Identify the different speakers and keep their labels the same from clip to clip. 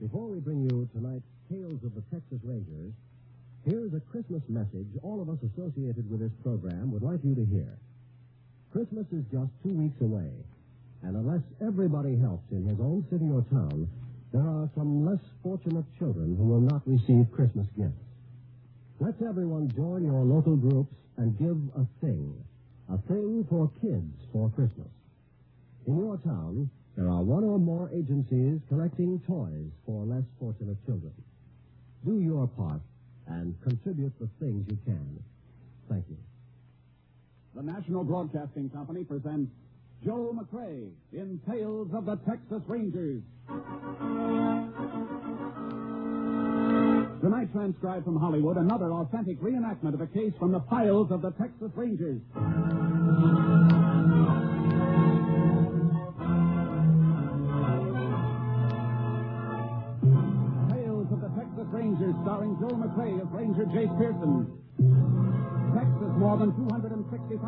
Speaker 1: Before we bring you tonight's Tales of the Texas Rangers, here's a Christmas message all of us associated with this program would like you to hear. Christmas is just two weeks away, and unless everybody helps in his own city or town, there are some less fortunate children who will not receive Christmas gifts. Let's everyone join your local groups and give a thing. A thing for kids for Christmas. In your town, there are one or more agencies collecting toys for less fortunate children. Do your part and contribute the things you can. Thank you.
Speaker 2: The National Broadcasting Company presents Joe McRae in Tales of the Texas Rangers. Tonight, transcribed from Hollywood, another authentic reenactment of a case from the files of the Texas Rangers. Tales of the Texas Rangers, starring Joe McRae as Ranger Jace Pearson. Texas, more than 260,000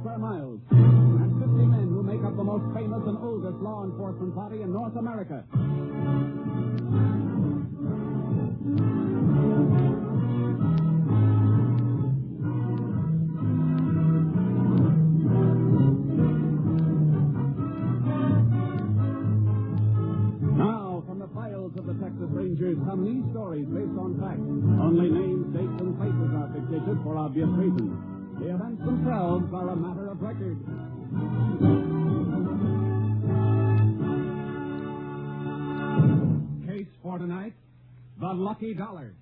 Speaker 2: square miles, and 50 men who make up the most famous and oldest law enforcement body in North America. Now, from the files of the Texas Rangers, come these stories based on facts. Only names, dates, and places are fictitious for obvious reasons. The events themselves are a matter of record. Case for tonight The Lucky Dollar.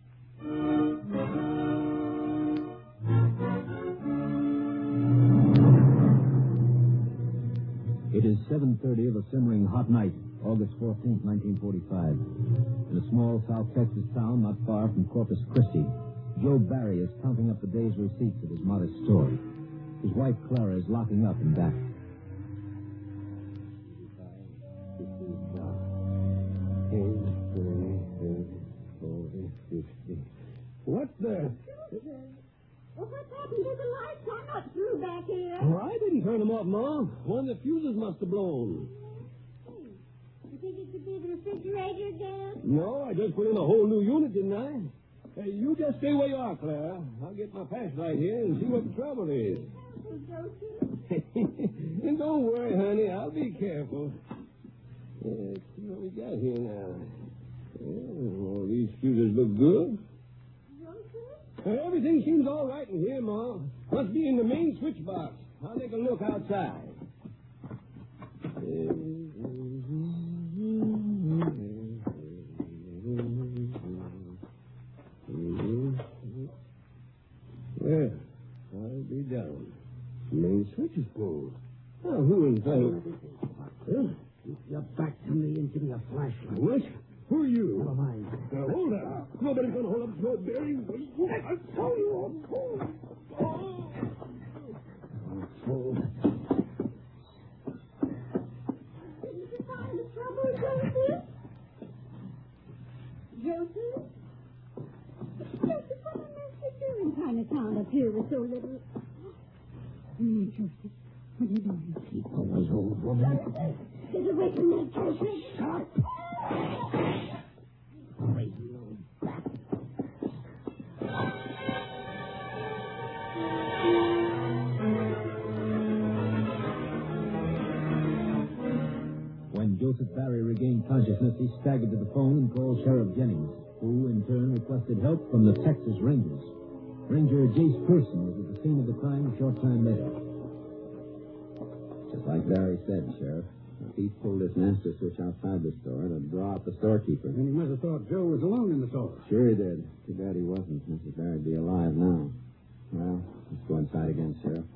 Speaker 3: It is 7.30 of a simmering hot night, August 14th, 1945. In a small South Texas town not far from Corpus Christi, Joe Barry is counting up the day's receipts at his modest store. His wife, Clara, is locking up in back.
Speaker 1: What the?
Speaker 4: Well, what's happened to the lights? I'm not through back here.
Speaker 1: Oh, I didn't turn them off, Mom. One of the fuses must have blown.
Speaker 4: You think it could be the refrigerator down?
Speaker 1: No, I just put in a whole new unit, didn't I? Hey, you just stay where you are, Clara. I'll get my flashlight here and see what the trouble is.
Speaker 4: Oh, Josie.
Speaker 1: and don't worry, honey. I'll be careful. Yeah, let's see what we got here now. Well, all these fuses look good.
Speaker 4: Josie?
Speaker 1: Well, everything seems all right in here, Ma. Must be in the main switch box. I'll take a look outside. Well, I'll be down. Main switch is pulled. Now, who in the... Huh?
Speaker 5: You're back to me and give me a flashlight.
Speaker 1: What? Who are you?
Speaker 5: Never mind.
Speaker 1: Now, hold up. Nobody's going to hold up your bearings. I tell you, I'm cold. Oh.
Speaker 4: Didn't you find the trouble, Josie? Josie? Josie, what on earth you doing trying to town up here with so little... Hmm, Josie, what are you doing?
Speaker 5: Keep away, old woman.
Speaker 4: Get away from me, Josie.
Speaker 5: Shut Crazy old bat.
Speaker 3: When Joseph Barry regained consciousness, he staggered to the phone and called Sheriff Jennings, who in turn requested help from the Texas Rangers. Ranger Jace Pearson was at the scene of the crime a short time later.
Speaker 6: Just like Barry said, Sheriff. If he pulled this master switch outside the store, it'd draw out the storekeeper.
Speaker 2: And he must have thought Joe was alone in the store.
Speaker 6: Sure he did. Too bad he wasn't. Mrs. Barry'd be alive now. Well, let's go inside again, Sheriff.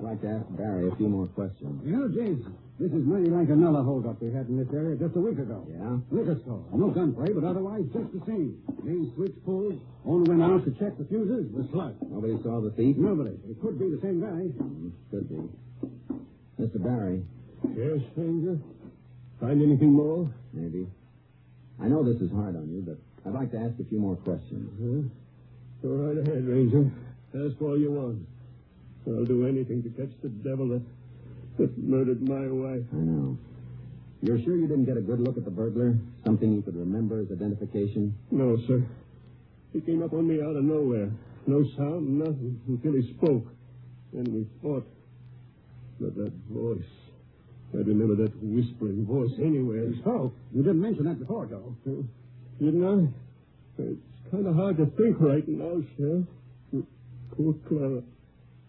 Speaker 6: I'd like to ask Barry a few more questions.
Speaker 2: You know, James, this is mighty like another holdup we had in this area just a week ago.
Speaker 6: Yeah?
Speaker 2: Liquor store. No gunplay, but otherwise just the same. Main switch pulled. Owner went out to check the fuses. The slug.
Speaker 6: Nobody saw the thief?
Speaker 2: Nobody. It could be the same guy.
Speaker 6: Hmm, Could be. Mr. Barry,
Speaker 1: Yes, stranger. Find anything more?
Speaker 6: maybe. I know this is hard on you, but I'd like to ask a few more questions.
Speaker 7: Mm-hmm.
Speaker 1: Huh? Go right ahead, Ranger. Ask all you want. I'll do anything to catch the devil that, that murdered my wife.
Speaker 6: I know.
Speaker 1: You're sure you didn't get a good look at the burglar? Something you could remember his identification?
Speaker 2: No, sir. He came up on me out of nowhere. No sound, nothing, until he spoke. Then we fought. But that voice. I remember that whispering voice anywhere.
Speaker 7: So, you didn't mention that before, Joe.
Speaker 2: Oh, Didn't I? It's kind of hard to think right now, Sheriff. Poor Clara.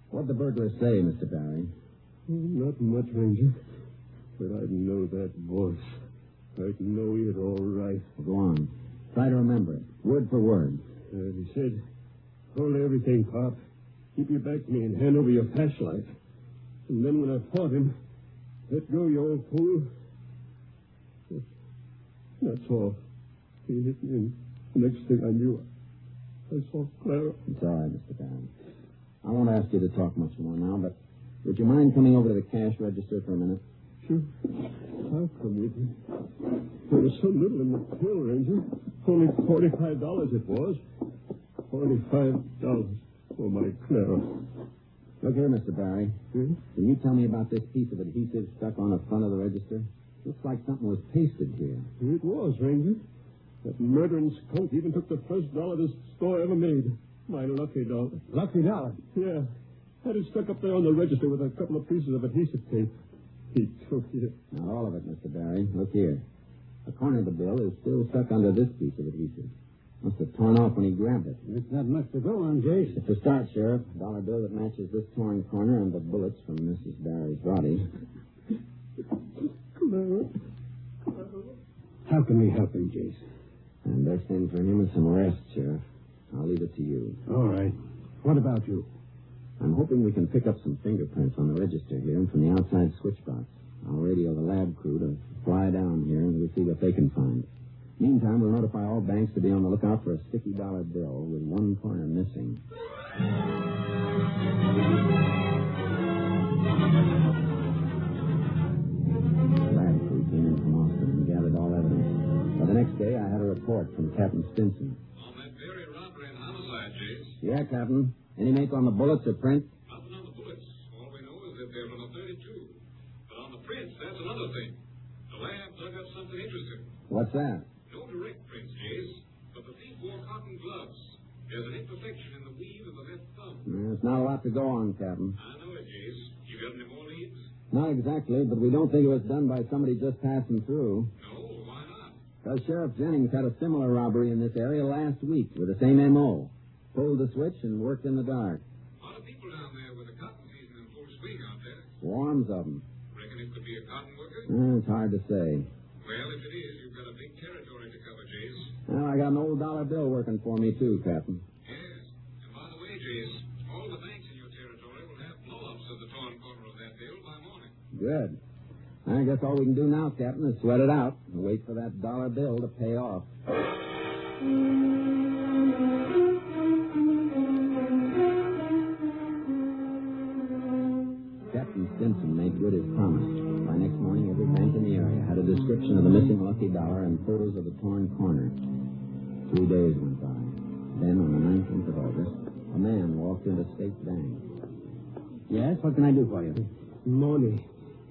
Speaker 1: What'd the burglar say, Mr. Barry?
Speaker 2: Not much, Ranger. But I'd know that voice. I'd know it all right.
Speaker 1: Go on. Try to remember it, word for word.
Speaker 2: Uh, he said, Hold everything, Pop. Keep your back to me and hand over your flashlight. And then when I fought him, let go, you old fool. That's all. He hit me, and the next thing I knew, I saw Clara.
Speaker 1: It's all right, Mr. Barry. I won't ask you to talk much more now, but would you mind coming over to the cash register for a minute?
Speaker 2: Sure. I'll come with you. There was so little in the till, Ranger. Only $45 it was. $45 for my Clara.
Speaker 1: Look here, Mr. Barry.
Speaker 2: Hmm?
Speaker 1: Can you tell me about this piece of adhesive stuck on the front of the register? Looks like something was pasted here.
Speaker 2: It was, Ranger. That murdering skunk even took the first dollar this store ever made. My lucky dollar.
Speaker 7: Lucky dollar.
Speaker 2: Yeah. Had it stuck up there on the register with a couple of pieces of adhesive tape. He took it.
Speaker 1: Not all of it, Mr. Barry. Look here. A corner of the bill is still stuck under this piece of adhesive. Must have torn off when he grabbed it.
Speaker 7: It's not much to go on, Jase.
Speaker 1: It's a start, Sheriff. A dollar bill that matches this torn corner and the bullets from Mrs. Barry's body.
Speaker 2: Clara.
Speaker 7: How can we help him, Jase?
Speaker 1: And best thing for him is some rest, Sheriff. I'll leave it to you.
Speaker 7: All right. What about you?
Speaker 1: I'm hoping we can pick up some fingerprints on the register here and from the outside switch box. I'll radio the lab crew to fly down here and we'll see what they can find. Meantime, we'll notify all banks to be on the lookout for a sticky dollar bill with one corner missing. The lab crew came in from Austin and gathered all evidence. By the next day, I had a report from Captain Stinson.
Speaker 8: On that very robbery and homicide, James.
Speaker 1: Yeah, Captain. Any make on the bullets or print?
Speaker 8: Nothing on the bullets. All we know is that they were on a 32. But on the prints, that's another thing. The lab dug up something interesting.
Speaker 1: What's that?
Speaker 8: No direct prints, Jace, but the thief wore cotton gloves. There's an imperfection in the weave of the left thumb.
Speaker 1: There's not a lot to go on, Captain.
Speaker 8: I know it, Jace. You got any more leads?
Speaker 1: Not exactly, but we don't think it was done by somebody just passing through.
Speaker 8: No, why not?
Speaker 1: Because Sheriff Jennings had a similar robbery in this area last week with the same M.O. Pulled the switch and worked in the dark.
Speaker 8: A lot of people down there with the cotton season in full swing out there.
Speaker 1: Swarms of them.
Speaker 8: Reckon it could be a cotton worker?
Speaker 1: Mm, it's hard to say.
Speaker 8: Well, if it is, you've got a big territory to cover, Jace.
Speaker 1: Well, I got an old dollar bill working for me, too, Captain.
Speaker 8: Yes. And by the way, Jace, all the banks in your territory will have blow-ups of the torn corner of that bill by morning.
Speaker 1: Good. I guess all we can do now, Captain, is sweat it out and wait for that dollar bill to pay off. Captain Stinson made good his promise. By next morning, every bank in the area had a description of the missing lucky dollar and photos of the torn corner. Three days went by. Then, on the 19th of August, a man walked into State Bank. Yes, what can I do for you?
Speaker 9: Money.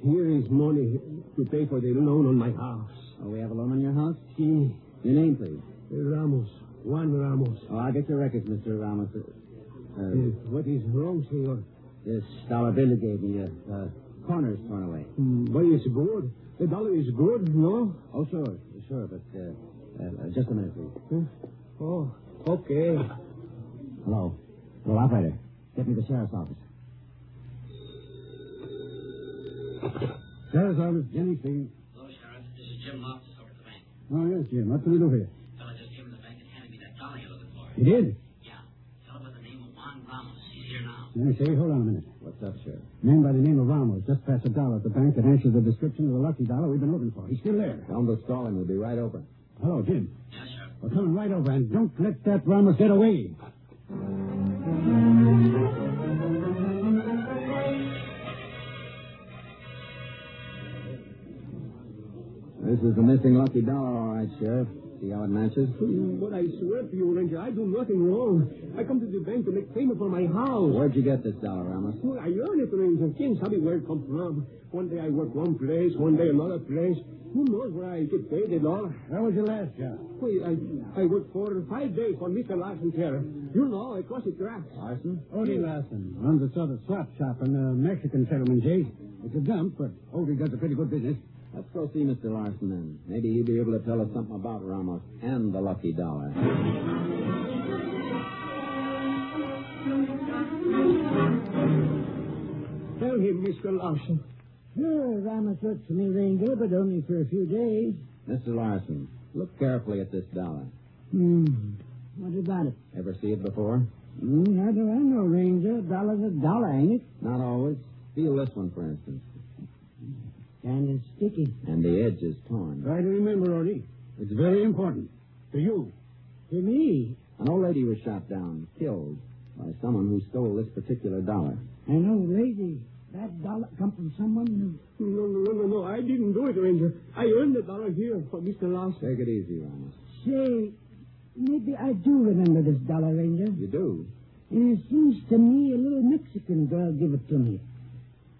Speaker 9: Here is money to pay for the loan on my house.
Speaker 1: Oh, we have a loan on your house?
Speaker 9: See,
Speaker 1: Your name, please.
Speaker 9: Ramos. Juan Ramos.
Speaker 1: Oh, I'll get your records, Mr. Ramos.
Speaker 9: Uh,
Speaker 7: Hmm.
Speaker 2: Eh,
Speaker 1: Uh,
Speaker 9: what is wrong, senor?
Speaker 1: this dollar bill you gave me, uh, uh, corner's torn away.
Speaker 2: Hmm,
Speaker 9: Mm, Why is good? The dollar is good, no?
Speaker 1: Oh, sure, sure, but, uh, uh, uh, just a minute, please.
Speaker 7: Hmm.
Speaker 9: Oh, okay.
Speaker 1: Hello. Hello, operator. Get me the sheriff's office.
Speaker 7: Sheriff's Office, Jenny Singh.
Speaker 10: Hello, Sheriff. This is Jim Loftus over at the bank.
Speaker 7: Oh, yes, Jim. What can we do here?
Speaker 10: The fella just came in the bank and handed me that dollar you're looking for.
Speaker 7: He did?
Speaker 10: Yeah. Fellow by the name of Juan Ramos. He's here now.
Speaker 7: Let me say, hold on a minute.
Speaker 1: What's up, Sheriff?
Speaker 7: Man by the name of Ramos just passed a dollar at the bank that answers the description of the lucky dollar we've been looking for. He's still there.
Speaker 1: Tell him to stall him. We'll be right open.
Speaker 7: Hello, Jim.
Speaker 10: Yeah, Sheriff.
Speaker 7: Well, come right over and don't let that Ramos get away.
Speaker 1: Uh, This is the missing lucky dollar, all right, Sheriff. See how it matches?
Speaker 5: Oh, But I swear to you, Ranger, I do nothing wrong. I come to the bank to make payment for my house.
Speaker 1: Where'd you get this dollar, Ramos?
Speaker 5: Well, I earned it, Ranger. Can't tell me where it come from. One day I work one place, one day another place. Who knows where I get paid at all?
Speaker 2: That was your last job?
Speaker 5: Wait, I, I worked four or five days for Mr. Larson here. You know, across the grass.
Speaker 1: Larson?
Speaker 2: Odie Larson runs a sort of swap shop in the Mexican settlement, Jay. It's a dump, but Odie does a pretty good business.
Speaker 1: Let's go see Mr. Larson then. Maybe he'll be able to tell us something about Ramos and the lucky dollar.
Speaker 5: Tell him, Mr. Larson.
Speaker 11: Sure, Ramos works for me, Ranger, but only for a few days.
Speaker 1: Mr. Larson, look carefully at this dollar.
Speaker 11: Hmm. What about it?
Speaker 1: Ever see it before?
Speaker 11: Mm, how do I know, Ranger? A dollar's a dollar, ain't it?
Speaker 1: Not always. Feel this one, for instance.
Speaker 11: And it's sticky.
Speaker 1: And the edge is torn.
Speaker 2: Try to remember, Odie. It's very important. To you.
Speaker 11: To me.
Speaker 1: An old lady was shot down, killed, by someone who stole this particular dollar.
Speaker 11: An old lady. That dollar come from someone
Speaker 5: who... No, no, no, no, no. I didn't do it, Ranger. I earned the dollar here for Mr. Larson.
Speaker 1: Take it easy, Ramos.
Speaker 11: Say, maybe I do remember this dollar, Ranger.
Speaker 1: You do?
Speaker 11: It seems to me a little Mexican girl give it to me.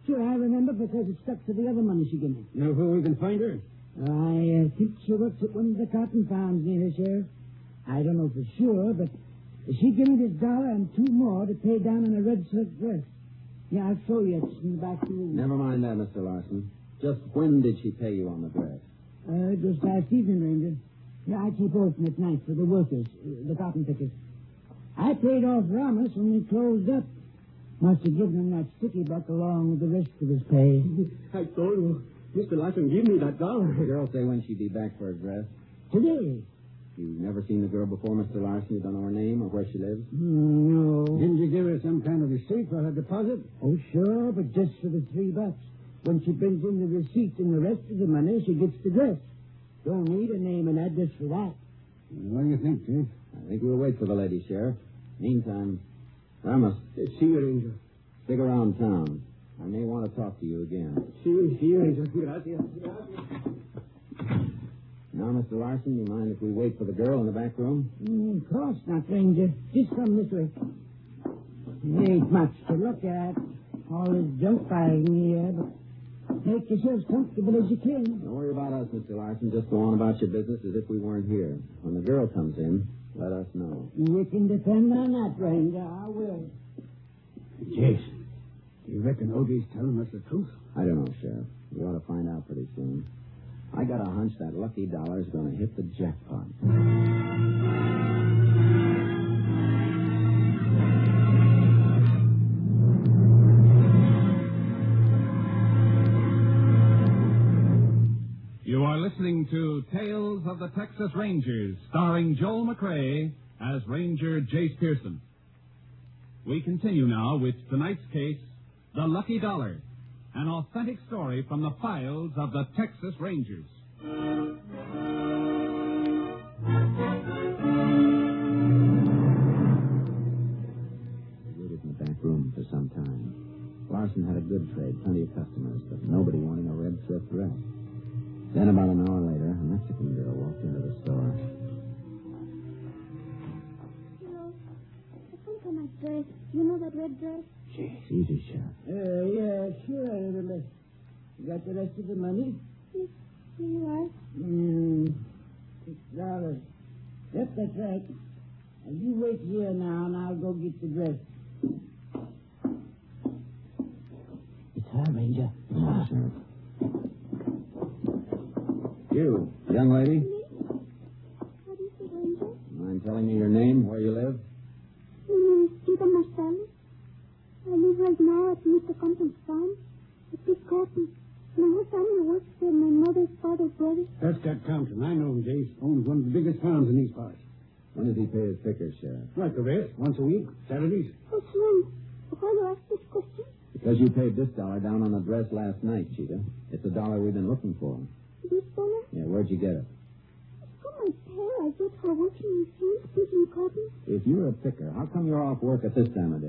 Speaker 11: Sure, I remember because it stuck to the other money she gave me.
Speaker 2: Know where we can find her?
Speaker 11: I uh, think she works at one of the cotton farms near here, Sheriff. I don't know for sure, but she gave me this dollar and two more to pay down on a red silk dress. Yeah, I'll show you. It's in the back room.
Speaker 1: Never mind that, Mr. Larson. Just when did she pay you on the dress?
Speaker 11: Uh, it was last evening, Ranger. Yeah, I keep open at night for the workers, uh, the cotton pickers. I paid off Ramos when we closed up. Must have given him that sticky buck along with the rest of his pay.
Speaker 5: I told you, Mr. Larson, give me that dollar.
Speaker 1: The girl say when she'd be back for her dress.
Speaker 11: Today.
Speaker 1: You've never seen the girl before, Mr. Larson? You don't know her name or where she lives?
Speaker 11: Hmm, No.
Speaker 2: Didn't you give her some kind of receipt for her deposit?
Speaker 11: Oh, sure, but just for the three bucks. When she brings in the receipt and the rest of the money, she gets the dress. Don't need a name and address for that.
Speaker 2: What do you think, Chief?
Speaker 1: I think we'll wait for the lady, Sheriff. Meantime, Ramos.
Speaker 5: See you, Ranger.
Speaker 1: Stick around town. I may want to talk to you again.
Speaker 5: See you, see you, Ranger. Gracias. Gracias.
Speaker 1: Now, Mr. Larson, you mind if we wait for the girl in the back room?
Speaker 11: Mm, of course not, Ranger. Just come this way. There ain't much to look at. All this junk piling here, but make yourselves comfortable as you can.
Speaker 1: Don't worry about us, Mr. Larson. Just go on about your business as if we weren't here. When the girl comes in, let us know.
Speaker 11: You can depend on that, Ranger. I will.
Speaker 2: Yes. Do you reckon Odie's telling us the truth?
Speaker 1: I don't know, Sheriff. We ought to find out pretty soon. I got a hunch that lucky dollar's going to hit the jackpot.
Speaker 12: You are listening to Tales of the Texas Rangers, starring Joel McRae as Ranger Jace Pearson. We continue now with tonight's case, The Lucky Dollar, an authentic story from the files of the Texas Rangers.
Speaker 1: I waited in the back room for some time. Larson had a good trade, plenty of customers, but nobody wanting a red silk dress. Then, about an hour later, a Mexican girl walked into the store.
Speaker 4: dress. You know that red dress?
Speaker 1: Jeez, easy, Sheriff.
Speaker 11: Uh, yeah, sure, I remember. You got the rest of the money?
Speaker 4: Yes, here you are.
Speaker 11: Mm, six dollars. Yep, that's right. Now, you wait here now, and I'll go get the dress.
Speaker 1: It's her, Ranger. It's her, Sheriff. You, young lady.
Speaker 4: Me? How do you say, Ranger?
Speaker 1: Mind telling me your name, where you live?
Speaker 4: Tita Marcelo. I live right now at Mr. Compton's farm. It is cotton. My whole family works there, my mother's father's brother.
Speaker 2: That's Jack Compton. I know him, Jace. Owns one of the biggest farms in these parts.
Speaker 1: When does he pay his pickers, Sheriff?
Speaker 2: Like the rest, once a week, Saturdays.
Speaker 4: What's wrong? Why do you ask this question?
Speaker 1: Because you paid this dollar down on the dress last night, Cheetah. It's the dollar we've been looking for.
Speaker 4: This dollar?
Speaker 1: Yeah, where'd you get it?
Speaker 4: my pair. I get for working in fields picking cotton.
Speaker 1: If you're a picker, how come you're off work at this time of day?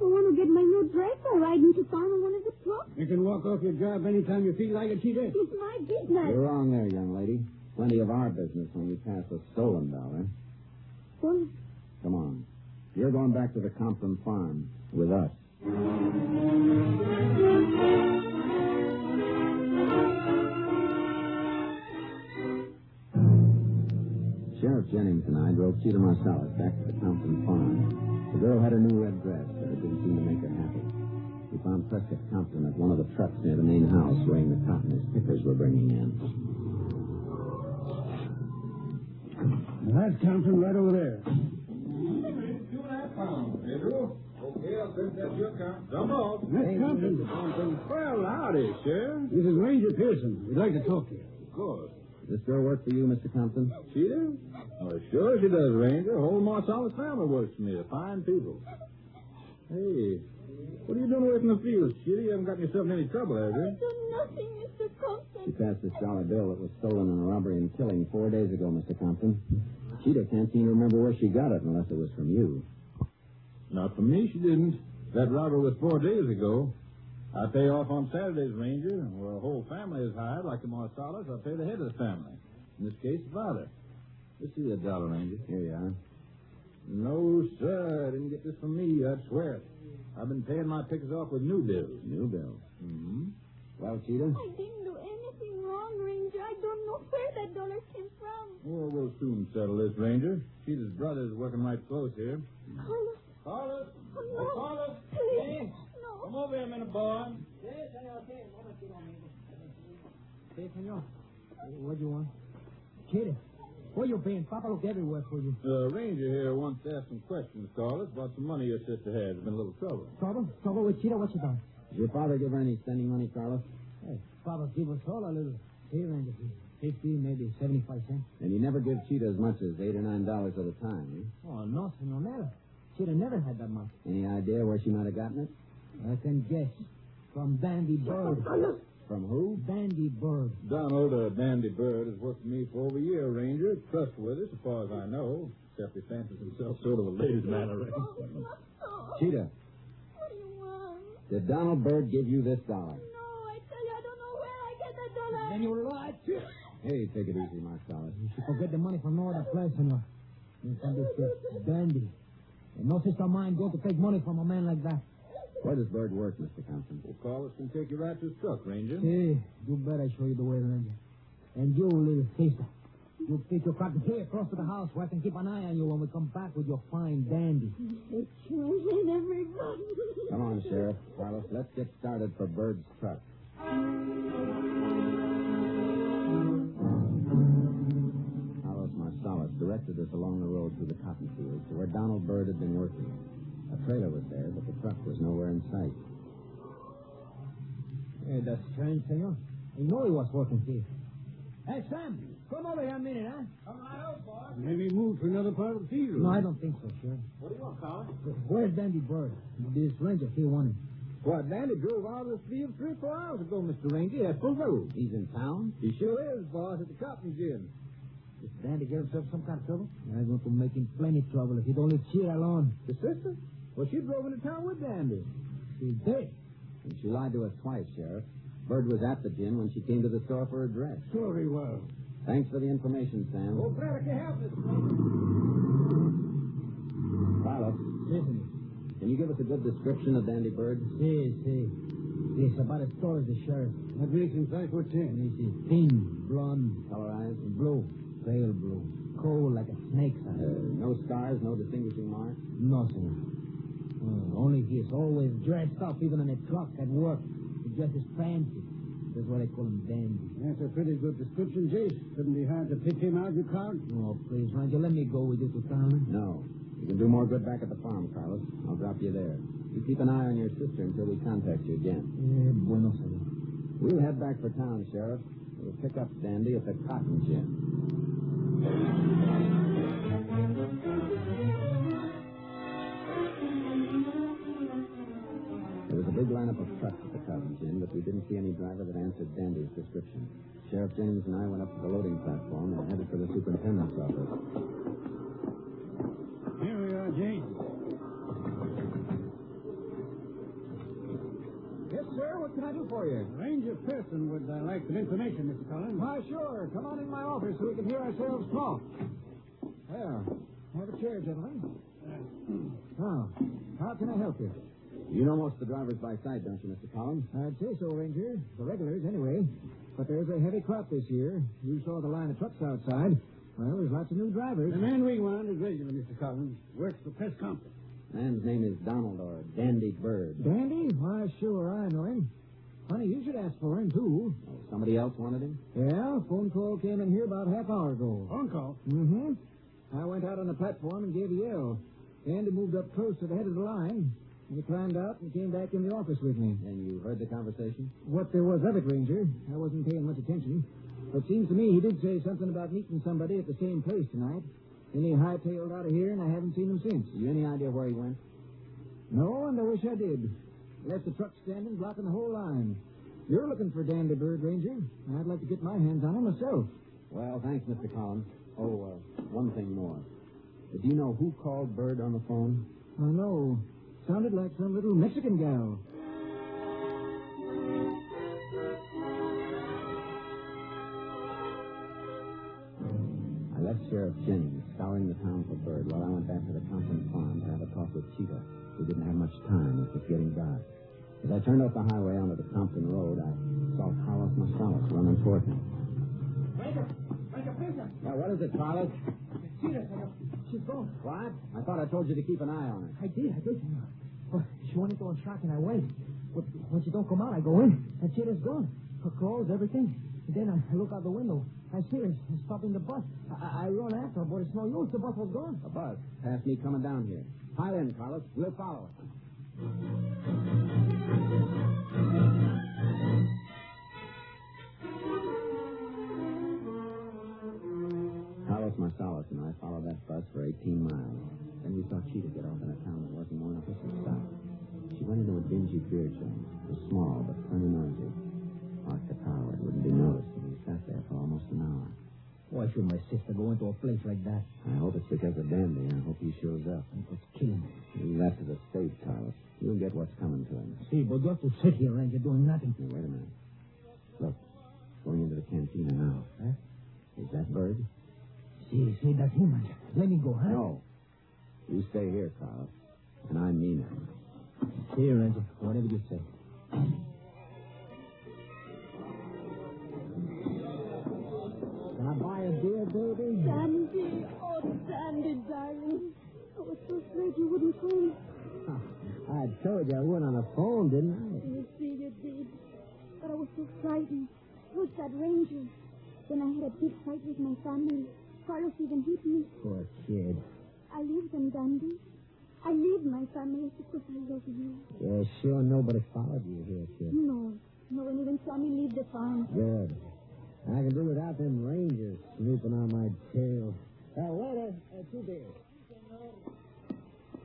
Speaker 4: I I want to get my new dress or ride into town on one of the trucks.
Speaker 2: You can walk off your job anytime you feel like it, Cheetah.
Speaker 4: It's my business.
Speaker 1: You're wrong there, young lady. Plenty of our business when we pass a stolen dollar.
Speaker 4: Well,
Speaker 1: Come on. You're going back to the Compton farm with us. Sheriff Jennings and I drove Cheetah Marsalis back to the Compton farm. The girl had a new red dress, but it didn't seem to make her happy. We found Prescott Compton at one of the trucks near the main house weighing the cotton his pickers were bringing in.
Speaker 2: That's Compton right over there.
Speaker 8: Two and a half pounds, Pedro. Okay, I'll send that to your account. Jump off.
Speaker 2: That's Compton.
Speaker 8: Well, howdy, Sheriff.
Speaker 2: This is Ranger Pearson. We'd like to talk to you.
Speaker 8: Of course.
Speaker 1: This girl work for you, Mr. Compton?
Speaker 8: Cheetah? Oh, sure she does, Ranger. Whole Marsalis family works for me. They're Fine people. Hey, what are you doing away from the fields, Cheetah? You haven't gotten yourself in any trouble, have
Speaker 4: I
Speaker 8: you?
Speaker 4: do nothing, Mr. Compton.
Speaker 1: She passed this dollar bill that was stolen in a robbery and killing four days ago, Mr. Compton. Cheetah can't seem to remember where she got it unless it was from you.
Speaker 8: Not for me, she didn't. That robber was four days ago. I pay off on Saturdays, Ranger, and where a whole family is hired, like the Marsalis, I pay the head of the family. In this case, the father. Let's see that dollar, Ranger.
Speaker 1: Here you are.
Speaker 8: No, sir. I didn't get this from me. I swear it. I've been paying my pickers off with new bills.
Speaker 1: New bill.
Speaker 8: Mm-hmm.
Speaker 1: Well, Cheetah?
Speaker 4: I didn't do anything wrong, Ranger. I don't know where that dollar came from.
Speaker 8: Well, we'll soon settle this, Ranger. Cheetah's brother's working right close here.
Speaker 4: Carlos,
Speaker 8: Carlos!
Speaker 4: Oh, no.
Speaker 8: Oh, Carlos!
Speaker 4: please.
Speaker 8: Hey,
Speaker 4: No.
Speaker 8: come over here a minute, boy.
Speaker 11: Hey, senor. What do you want? Cheetah. Where you been? Papa looked everywhere for you.
Speaker 8: The ranger here wants to ask some questions, Carlos, about some money your sister had. There's been a little trouble.
Speaker 11: Trouble? Trouble with Cheetah? What you done?
Speaker 1: Did your father give her any spending money, Carlos?
Speaker 11: Hey, Papa give us all a little. Here, Ranger. Fifty, maybe seventy-five cents.
Speaker 1: And you never give Cheetah as much as eight or nine dollars at a time,
Speaker 11: Oh, no, senor, never. Cheetah never had that much.
Speaker 1: eh? Any idea where she might have gotten it?
Speaker 11: I can guess. From Dandy Bird.
Speaker 1: From who?
Speaker 11: Dandy Bird.
Speaker 8: Donald, uh, Dandy Bird, has worked for me for over a year, Ranger. Trustworthy, so far as I know. Except he fancies himself sort of a ladies' man, I reckon.
Speaker 4: Oh, not so.
Speaker 1: Cheetah,
Speaker 4: What do you want?
Speaker 1: did Donald Bird give you this dollar?
Speaker 4: No, I tell you, I don't know where I got that dollar.
Speaker 11: Then you lied.
Speaker 1: Hey, take it easy, Marsalis.
Speaker 11: You should forget the money from no other place, senor. You can be sick. Dandy. And no sister of mine go to take money from a man like that.
Speaker 1: Where does Bird work, Mr. Compton?
Speaker 8: Well, Carlos can take you right to his truck, Ranger.
Speaker 11: Hey, you better show you the way, Ranger. And you, little sister. You take your cotton here across to the house where I can keep an eye on you when we come back with your fine dandy.
Speaker 4: It's my head, everybody.
Speaker 1: Come on, Sheriff. Carlos, let's get started for Bird's truck. Carlos Marsalis directed us along the road through the cotton fields to where Donald Bird had been working. A trailer was there, but the truck was nowhere in sight.
Speaker 11: Hey, that's strange, senor. I know he was working here. Hey, Sam, come over here a minute, huh?
Speaker 2: Maybe move to another part of the field.
Speaker 11: No, I don't think so, Sheriff.
Speaker 8: What do you want, Carlos?
Speaker 11: Where's Dandy Bird? This ranger, he wanted.
Speaker 8: Why, Dandy drove out of the field three or four hours ago, Mr. Ranger. At full road.
Speaker 1: He's in town?
Speaker 8: He sure is, boss, at the cotton gin.
Speaker 11: Does Dandy get himself some kind of trouble? I'm going to make him plenty trouble if he'd only cheer alone.
Speaker 8: Your sister? Well, she drove into town with Dandy.
Speaker 11: He's dead.
Speaker 1: And she lied to us twice, Sheriff. Bird was at the gin when she came to the store for her dress.
Speaker 2: Sure he was.
Speaker 1: Thanks for the information, Sam.
Speaker 8: glad I can help this.
Speaker 1: Carlos,
Speaker 11: Listen,
Speaker 1: can you give us a good description of Dandy Bird?
Speaker 11: see, see. It's about as tall as the sheriff.
Speaker 2: That makes him five foot ten.
Speaker 11: And he's thin, blonde,
Speaker 1: Color eyes?
Speaker 11: blue, pale blue, cold like a snake's
Speaker 1: Uh,
Speaker 11: eye.
Speaker 1: no scars, no distinguishing marks?
Speaker 11: No, senor. Uh, only he is always dressed up, even in a truck at work. He dresses fancy. That's why they call him dandy.
Speaker 2: That's a pretty good description, Jace. Couldn't be hard to pick him out, you can't.
Speaker 11: Oh, please, Ranger, let me go with you to town.
Speaker 1: No. You can do more good back at the farm, Carlos. I'll drop you there. You keep an eye on your sister until we contact you again.
Speaker 11: Eh, bueno, senor.
Speaker 1: We'll head back for town, Sheriff. We'll pick up Dandy at the cotton gin. There was a big lineup of trucks at the cotton gin, but we didn't see any driver that answered Dandy's description. Sheriff Jennings and I went up to the loading platform and headed for the superintendent's office.
Speaker 2: Here we are, Jace.
Speaker 13: What can I do for you?
Speaker 2: Ranger Pearson would uh, like some information, Mr. Collins.
Speaker 13: Why, sure. Come on in my office so we can hear ourselves talk. There. Have a chair, gentlemen. Now, how can I help you?
Speaker 1: You know most of the drivers by sight, don't you, Mr. Collins?
Speaker 2: I'd say so, Ranger. The regulars, anyway. But there's a heavy crop this year. You saw the line of trucks outside. Well, there's lots of new drivers.
Speaker 13: The man we want is regular, Mr. Collins. Works for Press Conference.
Speaker 1: Man's name is Donald or Dandy Bird.
Speaker 2: Dandy? Why, sure, I know him. Funny, you should ask for him, too.
Speaker 1: Oh, somebody else wanted him?
Speaker 2: Yeah, phone call came in here about half hour ago.
Speaker 13: Phone call?
Speaker 2: Mm-hmm. I went out on the platform and gave a yell. Dandy moved up close to the head of the line. He climbed out and came back in the office with me.
Speaker 1: And you heard the conversation?
Speaker 2: What there was of it, Ranger. I wasn't paying much attention. But seems to me he did say something about meeting somebody at the same place tonight. Then he hightailed out of here, and I haven't seen him since.
Speaker 1: You any idea where he went?
Speaker 2: No, and I wish I did. Left the truck standing, blocking the whole line. You're looking for Dandy Bird, Ranger. I'd like to get my hands on him myself.
Speaker 1: Well, thanks, Mr. Collins. Oh, uh, one thing more. Uh, Do you know who called Bird on the phone?
Speaker 2: I know. Sounded like some little Mexican gal.
Speaker 1: I left Sheriff Jennings scouring the town for Bird while I went back to the Compton farm to have a talk with Cheetah. We didn't have much time. It was getting dark. As I turned off the highway onto the Compton Road, I saw Carlos Marsalis running toward me.
Speaker 11: Ranger! Ranger, Ranger!
Speaker 1: Now, what is it, Carlos?
Speaker 11: Cheetah, she's gone.
Speaker 1: What? I thought I told you to keep an eye on her.
Speaker 11: I did, I did. Well, she wanted to go on shock and I wait. But when she don't come out, I go in. And Cheetah's gone. Her clothes, everything. And then I look out the window. I see her stopping the bus. I, I run after her, but it's no use. The bus was gone.
Speaker 1: A bus? Past me coming down here. Hi then, Carlos. We'll follow it. Carlos Marsalis and I followed that bus for 18 miles. Then we saw Cheetah get off in a town that wasn't one official stop. She went into a dingy beer joint. It was small, but plenty noisy. Parked the car where it wouldn't be noticed, and we sat there for almost an hour.
Speaker 11: Why should my sister go into a place like that?
Speaker 1: I hope it's because of Dandy. I hope he shows up.
Speaker 11: It was killing me.
Speaker 1: Leave that to the state, Carlos. You'll get what's coming to him.
Speaker 11: See, but just to sit here, Ranger, doing nothing.
Speaker 1: Now, wait a minute. Look, going into the cantina now.
Speaker 11: Huh?
Speaker 1: Is that bird?
Speaker 11: See, see, that's him, Ranger. Let me go, huh?
Speaker 1: No. You stay here, Carlos. And I mean it.
Speaker 11: Stay here, Ranger. Whatever you say.
Speaker 2: Can I buy a beer, baby?
Speaker 4: Dandy, oh, Dandy, darling. I was so afraid you wouldn't come.
Speaker 2: I told you I went on the phone, didn't I?
Speaker 4: You see, you did. But I was so frightened. Who's that ranger? Then I had a big fight with my family. Carlos even hit me.
Speaker 2: Poor kid.
Speaker 4: I leave them, Dandy. I leave my family because I love you.
Speaker 2: Yeah, sure. Nobody followed you here, kid.
Speaker 4: No. No one even saw me leave the farm.
Speaker 2: Good. I can do without them rangers snooping on my tail. Now, waiter, uh, two beers.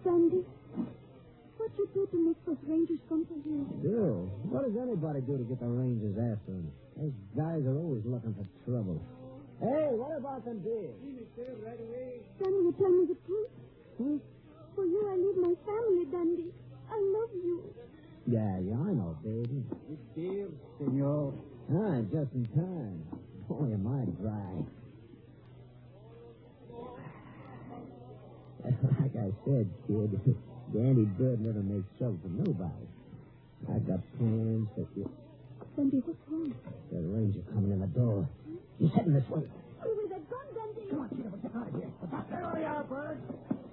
Speaker 4: Sandy, what you do to make those rangers come to you?
Speaker 2: Do? What does anybody do to get the rangers after them? Those guys are always looking for trouble. Hey, what about them beers?
Speaker 4: Sandy, you tell me the truth.
Speaker 2: Hmm?
Speaker 4: For you, I leave my family, Dandy. I love you.
Speaker 2: Yeah, yeah, I know, baby.
Speaker 13: It's beer, senor.
Speaker 2: Ah, just in time. Boy, am I dry. like I said, kid, Danny Bird never makes trouble for nobody. I got plans for you.
Speaker 4: Sandy, what's wrong?
Speaker 2: The ranger coming in the door. He's heading this way.
Speaker 4: Oh, with a gun, Dandy!
Speaker 11: Come on, Cheetah, we'll get out of here.
Speaker 2: There we are, Bird.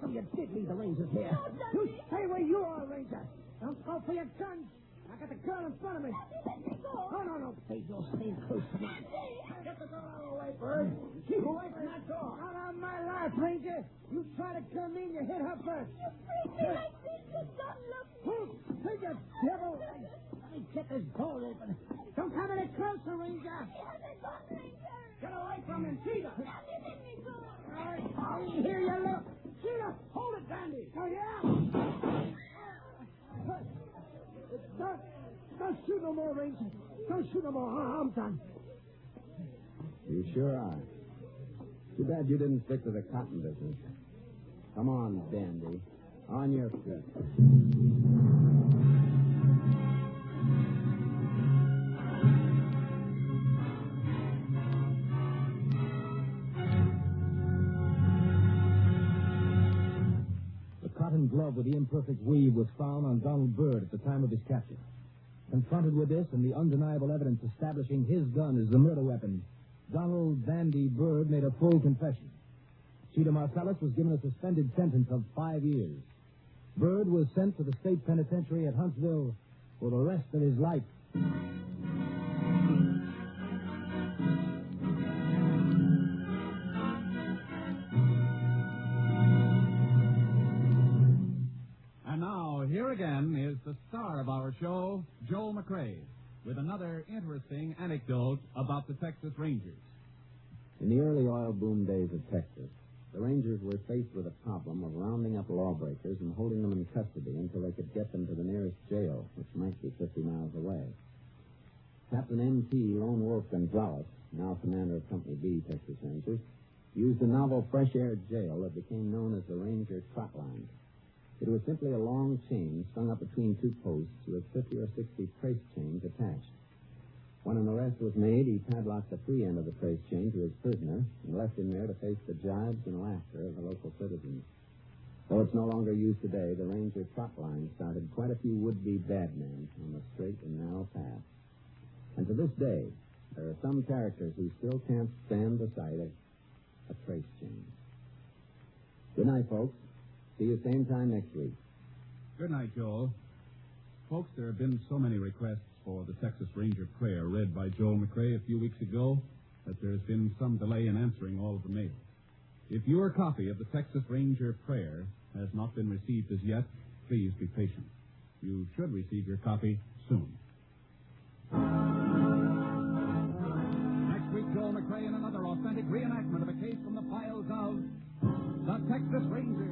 Speaker 11: So you did leave the rangers here.
Speaker 4: No, Dandy!
Speaker 11: You stay where you are, ranger. Don't go for your guns. I got the girl in front of me.
Speaker 4: Let me go.
Speaker 11: No, no, no, please, you'll stay close to me.
Speaker 2: Get the girl out of the way, Bird. Keep away from that door.
Speaker 11: Out of my life, Ranger. You try to kill me and you hit her first.
Speaker 4: You freaky, my sister, don't look.
Speaker 11: Who? Take the devil. Let me get this door open. Don't come any closer, Ranger.
Speaker 4: He hasn't gone, Ranger.
Speaker 11: Get away from him, Cheetah.
Speaker 4: Dandy, let me go.
Speaker 11: All right, I'll hear you look. Cheetah, hold it, Dandy. Oh, yeah. Don't, don't shoot no more, Ranger. Don't shoot no more. I, I'm done.
Speaker 1: You sure are. Too bad you didn't stick to the cotton business. Come on, Dandy. On your feet.
Speaker 14: brown glove with the imperfect weave was found on Donald Byrd at the time of his capture. Confronted with this and the undeniable evidence establishing his gun as the murder weapon, Donald Dandy Byrd made a full confession. Sheeta Marcellus was given a suspended sentence of five years. Byrd was sent to the state penitentiary at Huntsville for the rest of his life.
Speaker 8: And now, here again is the star of our show, Joel McRae, with another interesting anecdote about the Texas Rangers.
Speaker 1: In the early oil boom days of Texas, the Rangers were faced with a problem of rounding up lawbreakers and holding them in custody until they could get them to the nearest jail, which might be 50 miles away. Captain M.T. Lone Wolf Gonzalez, now commander of Company B, Texas Rangers, used a novel fresh air jail that became known as the Ranger Trotline. It was simply a long chain strung up between two posts with 50 or 60 trace chains attached. When an arrest was made, he padlocked the free end of the trace chain to his prisoner and left him there to face the jibes and laughter of the local citizens. Though it's no longer used today, the Ranger trot line started quite a few would-be bad men on the straight and narrow path. And to this day, there are some characters who still can't stand the sight of a trace chain. Good night, folks. See you same time next week.
Speaker 8: Good night, Joel. Folks, there have been so many requests for the Texas Ranger prayer read by Joel McRae a few weeks ago that there has been some delay in answering all of the mail. If your copy of the Texas Ranger prayer has not been received as yet, please be patient. You should receive your copy soon. Next week, Joel McRae in another authentic reenactment of a case from the files of the Texas Rangers.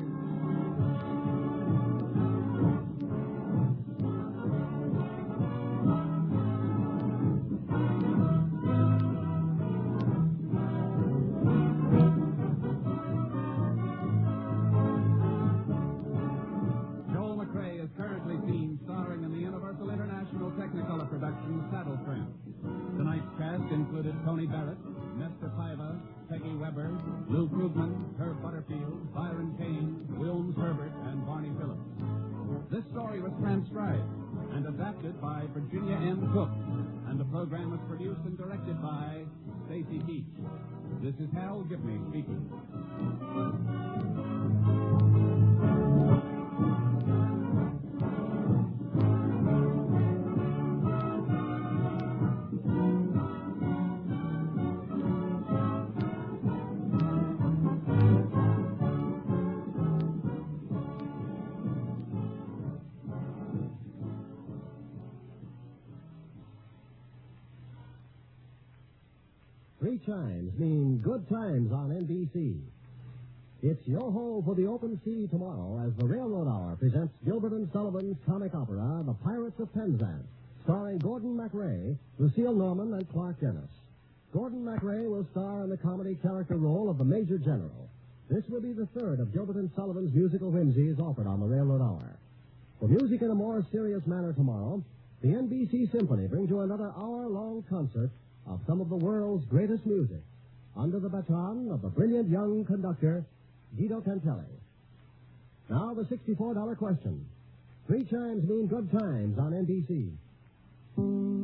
Speaker 8: Joel McRae is currently seen starring in the Universal International Technicolor production Saddle Friends. Oh, Tonight's cast included Tony Barrett, Nestor Paiva, Peggy Weber, Lou Krugman, Herb Butterfield, Byron Kane, Wilms Herbert, and Barney Phillips. This story was transcribed and adapted by Virginia M. Cook, and the program was produced and directed by Stacy Beach. This is Hal Gibney speaking.
Speaker 2: Three chimes mean good times on NBC. It's yo-ho for the open sea tomorrow as the Railroad Hour presents Gilbert and Sullivan's comic opera, The Pirates of Penzance, starring Gordon MacRae, Lucille Norman, and Clark Dennis. Gordon MacRae will star in the comedy character role of the Major General. This will be the third of Gilbert and Sullivan's musical whimsies offered on the Railroad Hour. For music in a more serious manner tomorrow, the NBC Symphony brings you another hour-long concert of some of the world's greatest music, under the baton of the brilliant young conductor, Guido Cantelli. Now the $64 question. Three chimes mean good times on NBC.